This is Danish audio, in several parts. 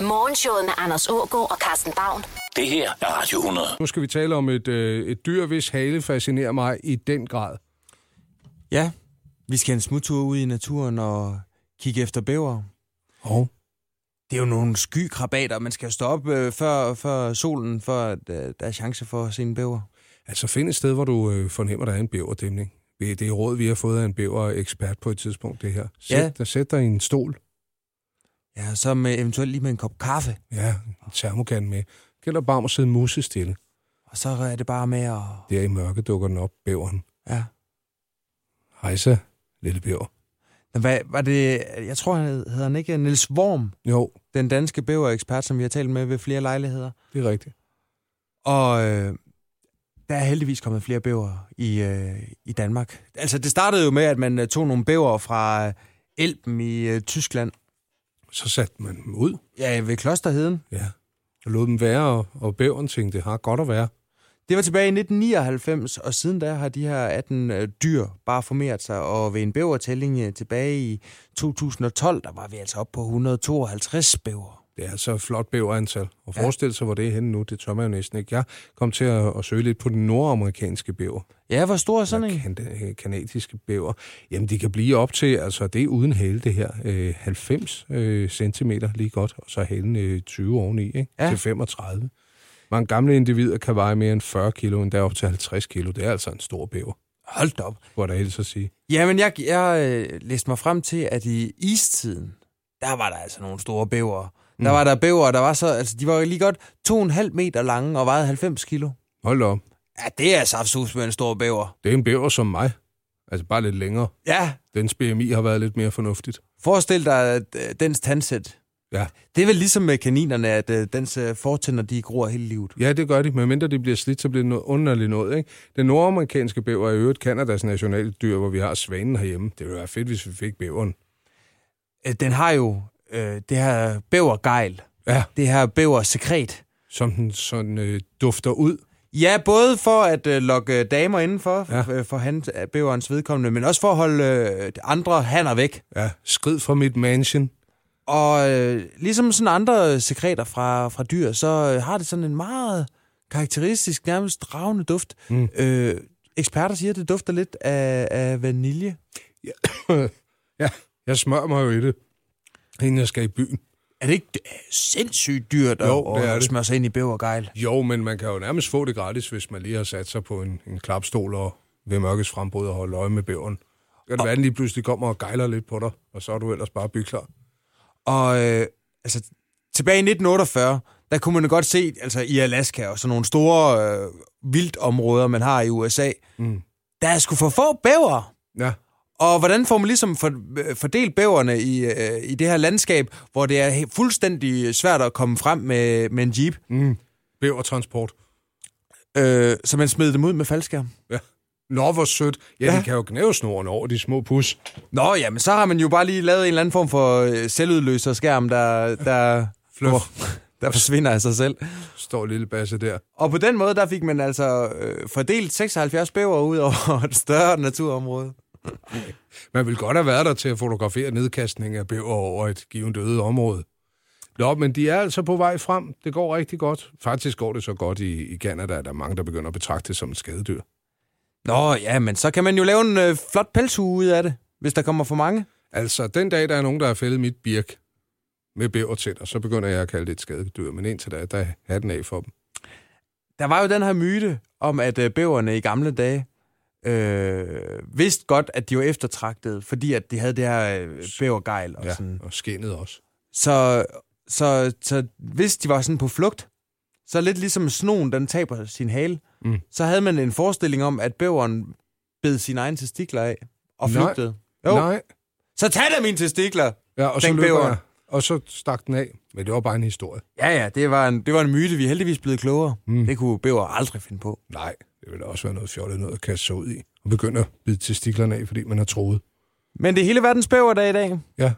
Morgenshowet med Anders Ågaard og Carsten Baum. Det her er Radio 100. Nu skal vi tale om et, øh, et dyr, hvis hale fascinerer mig i den grad. Ja, vi skal en smuttur ud i naturen og kigge efter bæver. Oh. Det er jo nogle skykrabater. Man skal jo stå op øh, før, før solen, før at, øh, der er chance for at se en bæver. Altså find et sted, hvor du øh, fornemmer, der er en bæverdæmning. Det det er råd, vi har fået af en bæverekspert på et tidspunkt, det her. Sæt, Ja. dig, sæt dig i en stol. Ja, så med, eventuelt lige med en kop kaffe. Ja, en termokan med. Gælder bare om at sidde musestille. Og så er det bare med at... Der i mørke dukker den op, bæveren. Ja. Hej så, lille bæver. Nå, Hvad, var det, jeg tror, han hed, hedder han ikke Niels Worm, Jo, den danske bæverekspert, som vi har talt med ved flere lejligheder. det er rigtigt. Og øh, der er heldigvis kommet flere bæver i, øh, i Danmark. Altså, det startede jo med, at man øh, tog nogle bæver fra øh, Elben i øh, Tyskland. Så satte man dem ud, Ja, ved Klosterheden. ja. Og lod dem være, og, og bæveren tænkte, det har godt at være. Det var tilbage i 1999, og siden da har de her 18 øh, dyr bare formeret sig, og ved en bævertælling øh, tilbage i 2012, der var vi altså oppe på 152 bæver. Det er altså et flot bæverantal. Og Ja. forestil sig, hvor det er henne nu, det tør man jo næsten ikke. Jeg kom til at, at søge lidt på den nordamerikanske bæver. Ja, hvor stor er sådan Eller en? kan, øh, kanadiske bæver. Jamen, de kan blive op til, altså det er uden hale det her, øh, 90 øh, cm lige godt, og så halen øh, 20 oveni, ikke? Ja. til 35. Mange gamle individer kan veje mere end 40 kilo, endda op til 50 kilo. Det er altså en stor bæver, Hold da op. hvor der helst at sige. Jamen, jeg, jeg øh, læste mig frem til, at i istiden, der var der altså nogle store bæver. Der var der bæver, der var så, altså de var lige godt 2,5 meter lange og vejede 90 kilo. Hold da op, Ja, det er saftsus med en stor bæver. det er en bæver som mig. Altså bare lidt længere. Ja, Dens BMI har været lidt mere fornuftigt. forestil dig øh, dens tandsæt. Ja. Det er vel ligesom med kaninerne, at øh, dens øh, fortænder, de gror hele livet. Ja, det gør de. Men mindre de bliver slidt, så bliver det noget underligt noget. Ikke? Den nordamerikanske bæver er i øvrigt Kanadas nationaldyr, hvor vi har svanen herhjemme. Det ville være fedt, hvis vi fik bæveren. Øh, Den har jo øh, det her bævergejl, Ja, det her bæversekret. som den sådan øh, dufter ud. Ja, både for at øh, lokke øh, damer indenfor, Ja. ja. for, for han, bæverens vedkommende, men også for at holde øh, andre hanner væk. Ja, skrid fra mit mansion. Og øh, ligesom sådan andre øh, sekreter fra, fra dyr, så øh, har det sådan en meget karakteristisk, nærmest dragende duft. Mm. Øh, eksperter siger, at det dufter lidt af, af vanilje. ja, jeg smører mig jo i det, inden jeg skal i byen. Er det ikke øh, sindssygt dyrt at, Jo, det er at det. smøre sig ind i bævergejl? Jo, men man kan jo nærmest få det gratis, hvis man lige har sat sig på en, en klapstol og ved mørkets frembrud og holde øje med bæveren. Så kan det være, at den lige pludselig kommer og gejler lidt på dig, og så er du ellers bare byklar. Og øh, altså, tilbage i 1948, der kunne man godt se, altså i Alaska og sådan nogle store øh, vildområder, man har i USA, mm. der er sgu for få bæver. Ja, Og hvordan får man ligesom for, øh, fordelt bæverne i, øh, i det her landskab, hvor det er he- fuldstændig svært at komme frem med, med en jeep? Mm. bævertransport. Øh, så man smed dem ud med faldskærm. Ja. Nå, hvor sødt. Ja, ja. Ja. de kan jo knæve snoren over de små pus. Nå, jamen så har man jo bare lige lavet en eller anden form for øh, selvudløser skærm, der, der, Fløf. der forsvinder af sig selv. Står lille basse der. Og på den måde, der fik man altså øh, fordelt 76 bæver ud over et større naturområde. Man ville godt have været der til at fotografere nedkastning af bæver over et givet øde område. Nå, men de er altså på vej frem. Det går rigtig godt. Faktisk går det så godt i, i Canada, at der er mange, der begynder at betragte det som et skadedyr. Nå, ja, men så kan man jo lave en øh, flot pelshue ud af det, hvis der kommer for mange. Altså, den dag, der er nogen, der har fældet mit birk med bævertænder, så begynder jeg at kalde det et skadedyr. Men indtil da, der er den af for dem. Der var jo den her myte om, at øh, bæverne i gamle dage øh, vidste godt, at de var eftertragtede, fordi at de havde det her øh, bævergejl og ja. Ja, sådan. og skinnet også. Så, så, så hvis de var sådan på flugt, så lidt ligesom snoen, den taber sin hale, Mm. mm. så havde man en forestilling om, at bæveren bed sine egne testikler af og Nej. flygtede. Jo. Nej. Så tag da mine testikler! Ja, og så Den løber bæver. jeg. Og så stak den af. Men det var bare en historie. Ja, ja, det var en, det var en myte. Vi er heldigvis blevet klogere. Mm. Det kunne bæver aldrig finde på. Nej, det ville også være noget fjollet noget at kaste sig ud i. Og begynde at bide testiklerne af, fordi man har troet. Men det er hele verdens bæverdag i dag. Ja,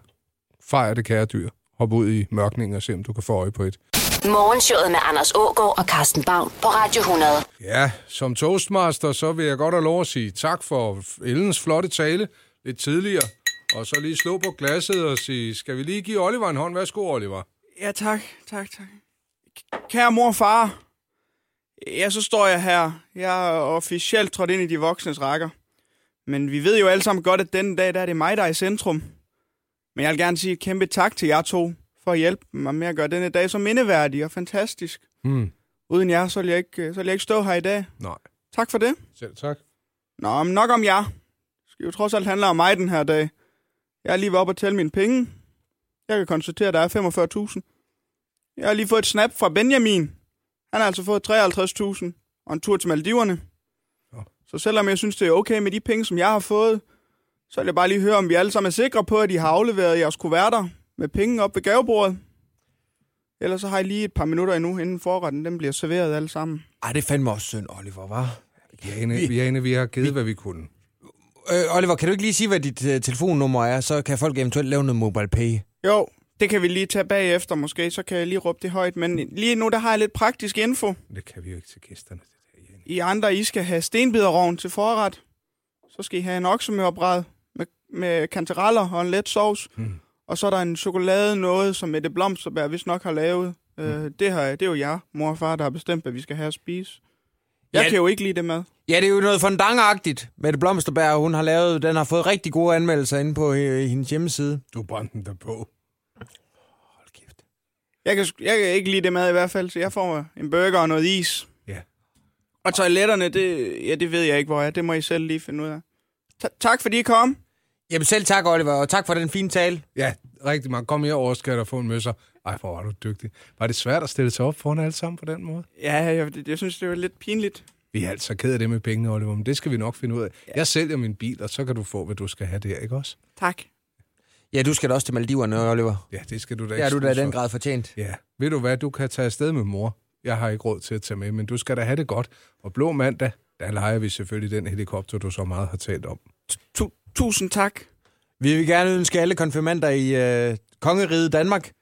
fejr det kære dyr. Hop ud i mørkningen og se, om du kan få øje på et. Morgenshowet med Anders Ågaard og Carsten Baum på Radio 100. Ja, som toastmaster, så vil jeg godt have lov at sige tak for Ellens flotte tale lidt tidligere. Og så lige slå på glasset og sige, skal vi lige give Oliver en hånd? Værsgo, Oliver. Ja, tak, tak, tak. K- Kære mor og far, ja, så står jeg her. Jeg er officielt trådt ind i de voksnes rækker. Men vi ved jo alle sammen godt, at denne dag, der er det mig, der er i centrum. Men jeg vil gerne sige et kæmpe tak til jer to, for at hjælpe mig med at gøre denne dag så mindeværdig og fantastisk. Mm. Uden jer, så ville jeg ikke, så ville jeg ikke stå her i dag. Nej. Tak for det. Selv tak. Nå, men nok om jer. Det skal jo trods alt handle om mig den her dag. Jeg er lige ved op og tælle mine penge. Jeg kan konstatere, at der er 45.000. Jeg har lige fået et snap fra Benjamin. Han har altså fået 53.000 og en tur til Maldiverne. Nå. Så selvom jeg synes, det er okay med de penge, som jeg har fået, så vil jeg bare lige høre, om vi alle sammen er sikre på, at I har afleveret jeres kuverter med penge op ved gavebordet. Ellers så har I lige et par minutter endnu, inden forretten den bliver serveret alle sammen. Ej, det fandt mig også synd, Oliver, var. Jane, vi, Jane, vi har givet, hvad vi kunne. Øh, Oliver, kan du ikke lige sige, hvad dit øh, telefonnummer er? Så kan folk eventuelt lave noget mobile pay. Jo, det kan vi lige tage bagefter måske, så kan jeg lige råbe det højt. Men lige nu, der har jeg lidt praktisk info. Det kan vi jo ikke til gæsterne, det der, Jane. I andre, I skal have stenbiderroven til forret. Så skal I have en oksemørbræd med, med kantereller og en let sovs. Mm. Mm. Og så er der en chokolade noget, som Mette Blomsterberg vist nok har lavet. Mm. Øh, det, her, det er jo jer, mor og far, der har bestemt, hvad vi skal have at spise. Jeg Ja. ja. kan jo ikke lide det mad. Ja, det er jo noget fondantagtigt. Mette Blomsterberg, hun har lavet, den har fået rigtig gode anmeldelser inde på øh, hendes hjemmeside. Du brændte den der på. Hold kæft. Jeg kan, sgu- jeg kan ikke lide det mad i hvert fald, så jeg får en burger og noget is. Ja. Og toiletterne, det, ja, det ved jeg ikke, hvor er. Det må I selv lige finde ud af. Ta- tak fordi I kom. Jamen selv tak, Oliver, og tak for den fine tale. Ja, rigtig mange. Kom herover, skal og få en møsser. Ej, hvor var du dygtig. Var det svært at stille sig op foran alle sammen på den måde? Ja, jeg, jeg, jeg synes, det var lidt pinligt. Vi er altså ked af det med pengene, Oliver, men det skal vi nok finde ud af. Jeg sælger min bil, og så kan du få, hvad du skal have der, ikke også? Tak. Ja, du skal da også til Maldiverne, Oliver. Ja, det skal du da Det er du da i snydes den for. grad fortjent. Ja, ved du hvad, du kan tage afsted med mor. Jeg har ikke råd til at tage med, men du skal da have det godt. Og blå mandag, der leger vi selvfølgelig den helikopter, du så meget har talt om. Tu- tusind tak. Vi vil gerne ønske alle konfirmander i øh, Kongeriget Danmark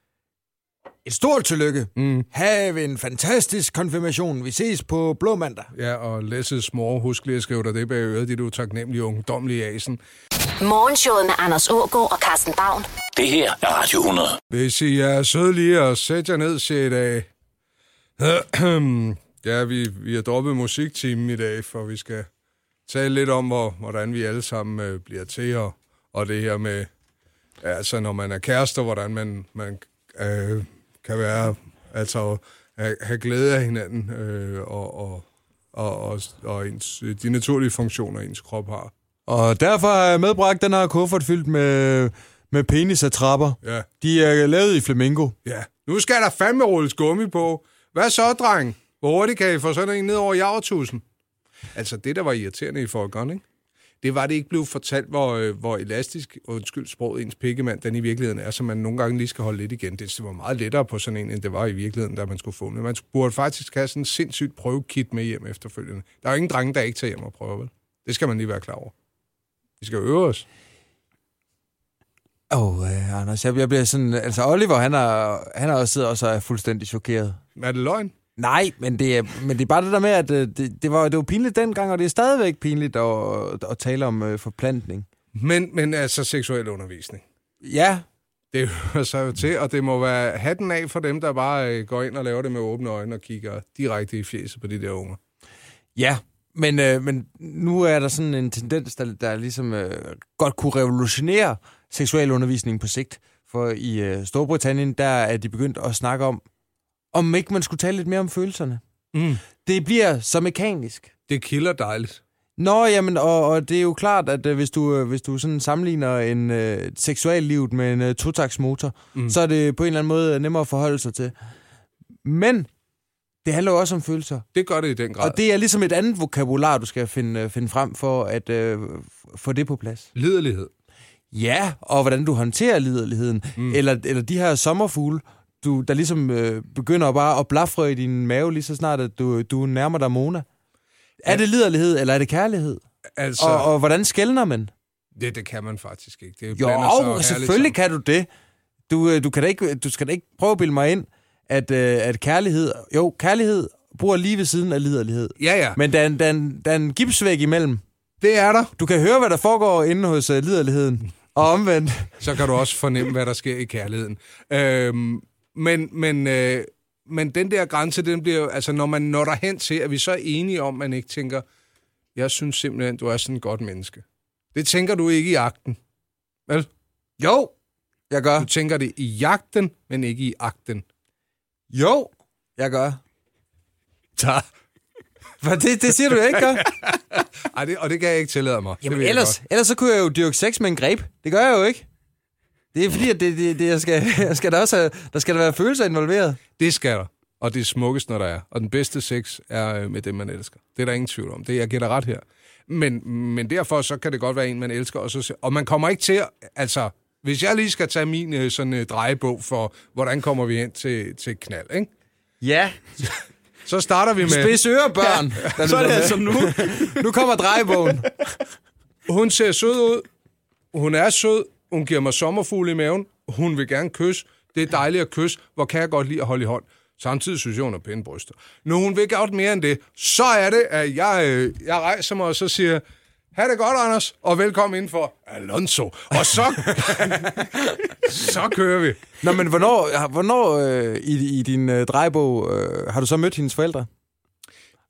et stort tillykke. Mm. Have en fantastisk konfirmation. Vi ses på Blå Mandag. Ja, og Lasses mor, husk lige at skrive dig det bag øret, dit utaknemmelige ungdomlige asen. Morgenshowet med Anders Ågaard og Carsten Baum. Det her er Radio 100. Hvis I er søde lige og sæt jer ned, siger i dag. ja, vi, vi har droppet musiktimen i dag, for vi skal tale lidt om, hvor, hvordan vi alle sammen øh, bliver til, og, og det her med, ja, altså når man er kærester, hvordan man, man øh, kan være, altså have, have glæde af hinanden, øh, og, og, og, og, og ens, de naturlige funktioner, ens krop har. Og derfor har jeg medbragt den her kuffert fyldt med, med penis og trapper. Ja. De er lavet i flamingo. Ja, nu skal der fandme rulles gummi på. Hvad så, dreng? Hvor hurtigt kan I få sådan en ned over javertusen? Altså, det, der var irriterende i folkeren, ikke? Det var, at det ikke blev fortalt, hvor, øh, hvor elastisk, undskyld sproget, ens pikkemand, den i virkeligheden er, så man nogle gange lige skal holde lidt igen. Det var meget lettere på sådan en, end det var i virkeligheden, da man skulle få den. Man burde faktisk have sådan en sindssygt prøvekit med hjem efterfølgende. Der er jo ingen drenge, der ikke tager hjem og prøver, vel? Det skal man lige være klar over. Vi skal øve os. Åh, oh, øh, Anders, jeg, jeg bliver sådan... Altså, Oliver, han er, han er også sidder også og er fuldstændig chokeret. Er det løgn? Nej, men det, er, men det er bare det der med, at øh, det, det, var, det var pinligt dengang, og det er stadigvæk pinligt at, at tale om øh, forplantning. Men, men altså seksuel undervisning. Ja, Det hører sig jo til, og det må være hatten af for dem, der bare øh, går ind og laver det med åbne øjne og kigger direkte i fjeset på de der unger. ja. Men, øh, men nu er der sådan en tendens, der, der ligesom øh, godt kunne revolutionere seksualundervisningen på sigt. For i øh, Storbritannien, der er de begyndt at snakke om, om ikke man skulle tale lidt mere om følelserne. Mm. Det bliver så mekanisk. Det kilder dejligt. Nå, jamen, og, og det er jo klart, at øh, hvis du, øh, hvis du sådan sammenligner en øh, seksuallivet med en øh, totaksmotor, mm. så er det på en eller anden måde øh, nemmere at forholde sig til. Men det handler jo også om følelser. Det gør det i den grad. Og det er ligesom et andet vokabular, du skal finde, øh, finde frem for at øh, f- få det på plads. Liderlighed. Ja, og hvordan du håndterer liderligheden. Mm. Eller, eller de her sommerfugle, du, der ligesom øh, begynder bare at blafre i din mave lige så snart, at du, du nærmer dig Mona. Er det liderlighed, eller er det kærlighed? Altså, Og, og hvordan skældner man? det, det kan man faktisk ikke. Det Jo, blander sig herligt selvfølgelig sammen. kan du det. Du, øh, du, kan da ikke, du skal da ikke prøve at bilde mig ind, at, øh, at kærlighed... Jo, kærlighed bor lige ved siden af liderlighed. Ja, ja. Men... Men der er, en, der, er en, der er en gipsvæg imellem. Det er der. Du kan høre, hvad der foregår inde hos øh, liderligheden. Og omvendt. Så kan du også fornemme, hvad der sker i kærligheden. Øhm, Men, men, øh, men den der grænse, den bliver jo- altså når man når derhen til, at vi så er enige om, at man ikke tænker, jeg synes simpelthen, du er sådan et godt menneske. Det tænker du ikke i akten. Vel? Jo, Jeg gør. du tænker det i jagten, men ikke i akten. Jo, jeg gør. Tak. For det, det siger du, jeg ikke gør. Ej, det, og det kan jeg ikke tillade mig. Det Jamen ved jeg ellers, godt. ellers så kunne jeg jo dyrke sex med en greb. Det gør jeg jo ikke. Det er fordi, at det, det, det jeg skal, jeg skal der, også have, der skal der være følelser involveret. Det skal der. Og det er smukkest, når der er. Og den bedste sex er øh, med dem, man elsker. Det er der ingen tvivl om. Det jeg giver dig ret her. Men, men derfor så kan det godt være en, man elsker. Og, så, se- og man kommer ikke til at... Altså, hvis jeg lige skal tage min øh, sådan, øh, drejebog for, hvordan kommer vi hen til, til knald, ikke? Ja. så starter vi med... Spids ørebørn. Ja, Så er det altså nu. Nu kommer drejebogen. Hun ser sød ud. Hun er sød. Hun giver mig sommerfugle i maven. Hun vil gerne kysse. Det er dejligt at kysse. Hvor kan jeg godt lide at holde i hånd. Samtidig synes jeg, hun har pæne bryster. Når hun vil godt mere end det, så er det, at jeg, øh, jeg rejser mig og så siger, ha' det godt, Anders, og velkommen indenfor Alonso. Og så, så kører vi. Nå, men hvornår, hvornår øh, i, i din øh, drejebog øh, har du så mødt hendes forældre?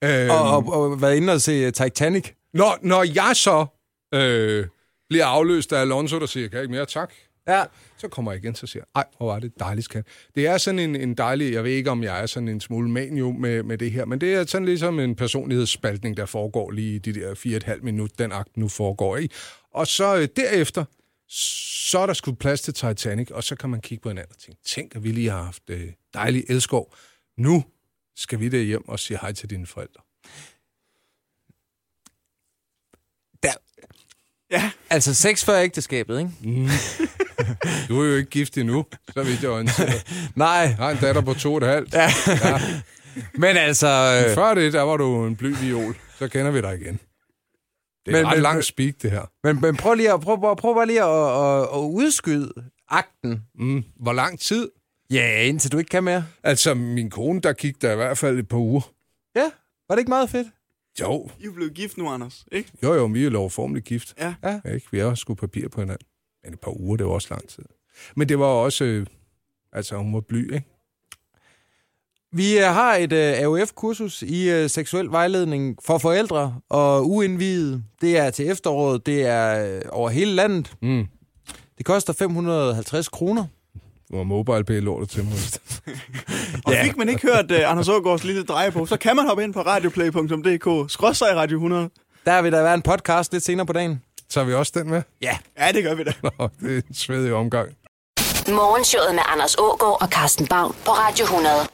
Øhm, Og, og, og været inde og se øh, Titanic? når, når jeg så øh, bliver afløst af Alonso, der siger, kan jeg ikke mere, tak. Ja. Så kommer jeg igen, så siger jeg, ej, hvor var det dejligt, skat. Det er sådan en, en dejlig, jeg ved ikke, om jeg er sådan en smule manio med, med det her, men det er sådan ligesom en personlighedsspaltning, der foregår lige i de der fire og et halvt minut, den akt nu foregår i. Og så øh, derefter, så er der sgu plads til Titanic, og så kan man kigge på hinanden og tænke, tænk, at vi lige har haft øh, dejlig elskov. Nu skal vi der hjem og sige hej til dine forældre. Der. Ja. Altså sex før ægteskabet, ikke? Du er jo ikke gift endnu, så vidt jeg orienteret. Nej, Jeg har en datter på to og et halvt. Ja. men altså... Øh, Før det, der var du en bly viol. Så kender vi dig igen. Det er Men- men, ret men- lang speak, det her. Men, men prøv lige at, prøv, prøv, prøv bare lige at, at, at udskyde akten. Mm. Hvor lang tid? Ja, indtil du ikke kan mere. Altså, min kone, der gik der i hvert fald et par uger. Ja, var det ikke meget fedt? Jo, I er blevet gift nu, Anders. Ikke? jo, jo, vi er jo lovformeligt gift. Ja. Ja. Ikke? Vi har sgu papir på hinanden. Men et par uger, det var også lang tid. Men det var også... Øh, altså, hun var bly, ikke? Vi øh, har et øh, AOF-kursus i øh, seksuel vejledning for forældre og uindvidede. Det er til efteråret, det er øh, over hele landet. Mm. Det koster 550 kroner. Hvor mobile pay lortet til mig. Og ja. fik man ikke hørt uh, Anders Ågaards lille dreje på, så kan man hoppe ind på radioplay.dk, skrås sig Radio 100. Der vil der være en podcast lidt senere på dagen. Tager vi også den med? Ja, det gør vi da. Nå, det er en svedig omgang. Morgenshowet med Anders Ågaard og Carsten Baum på Radio 100.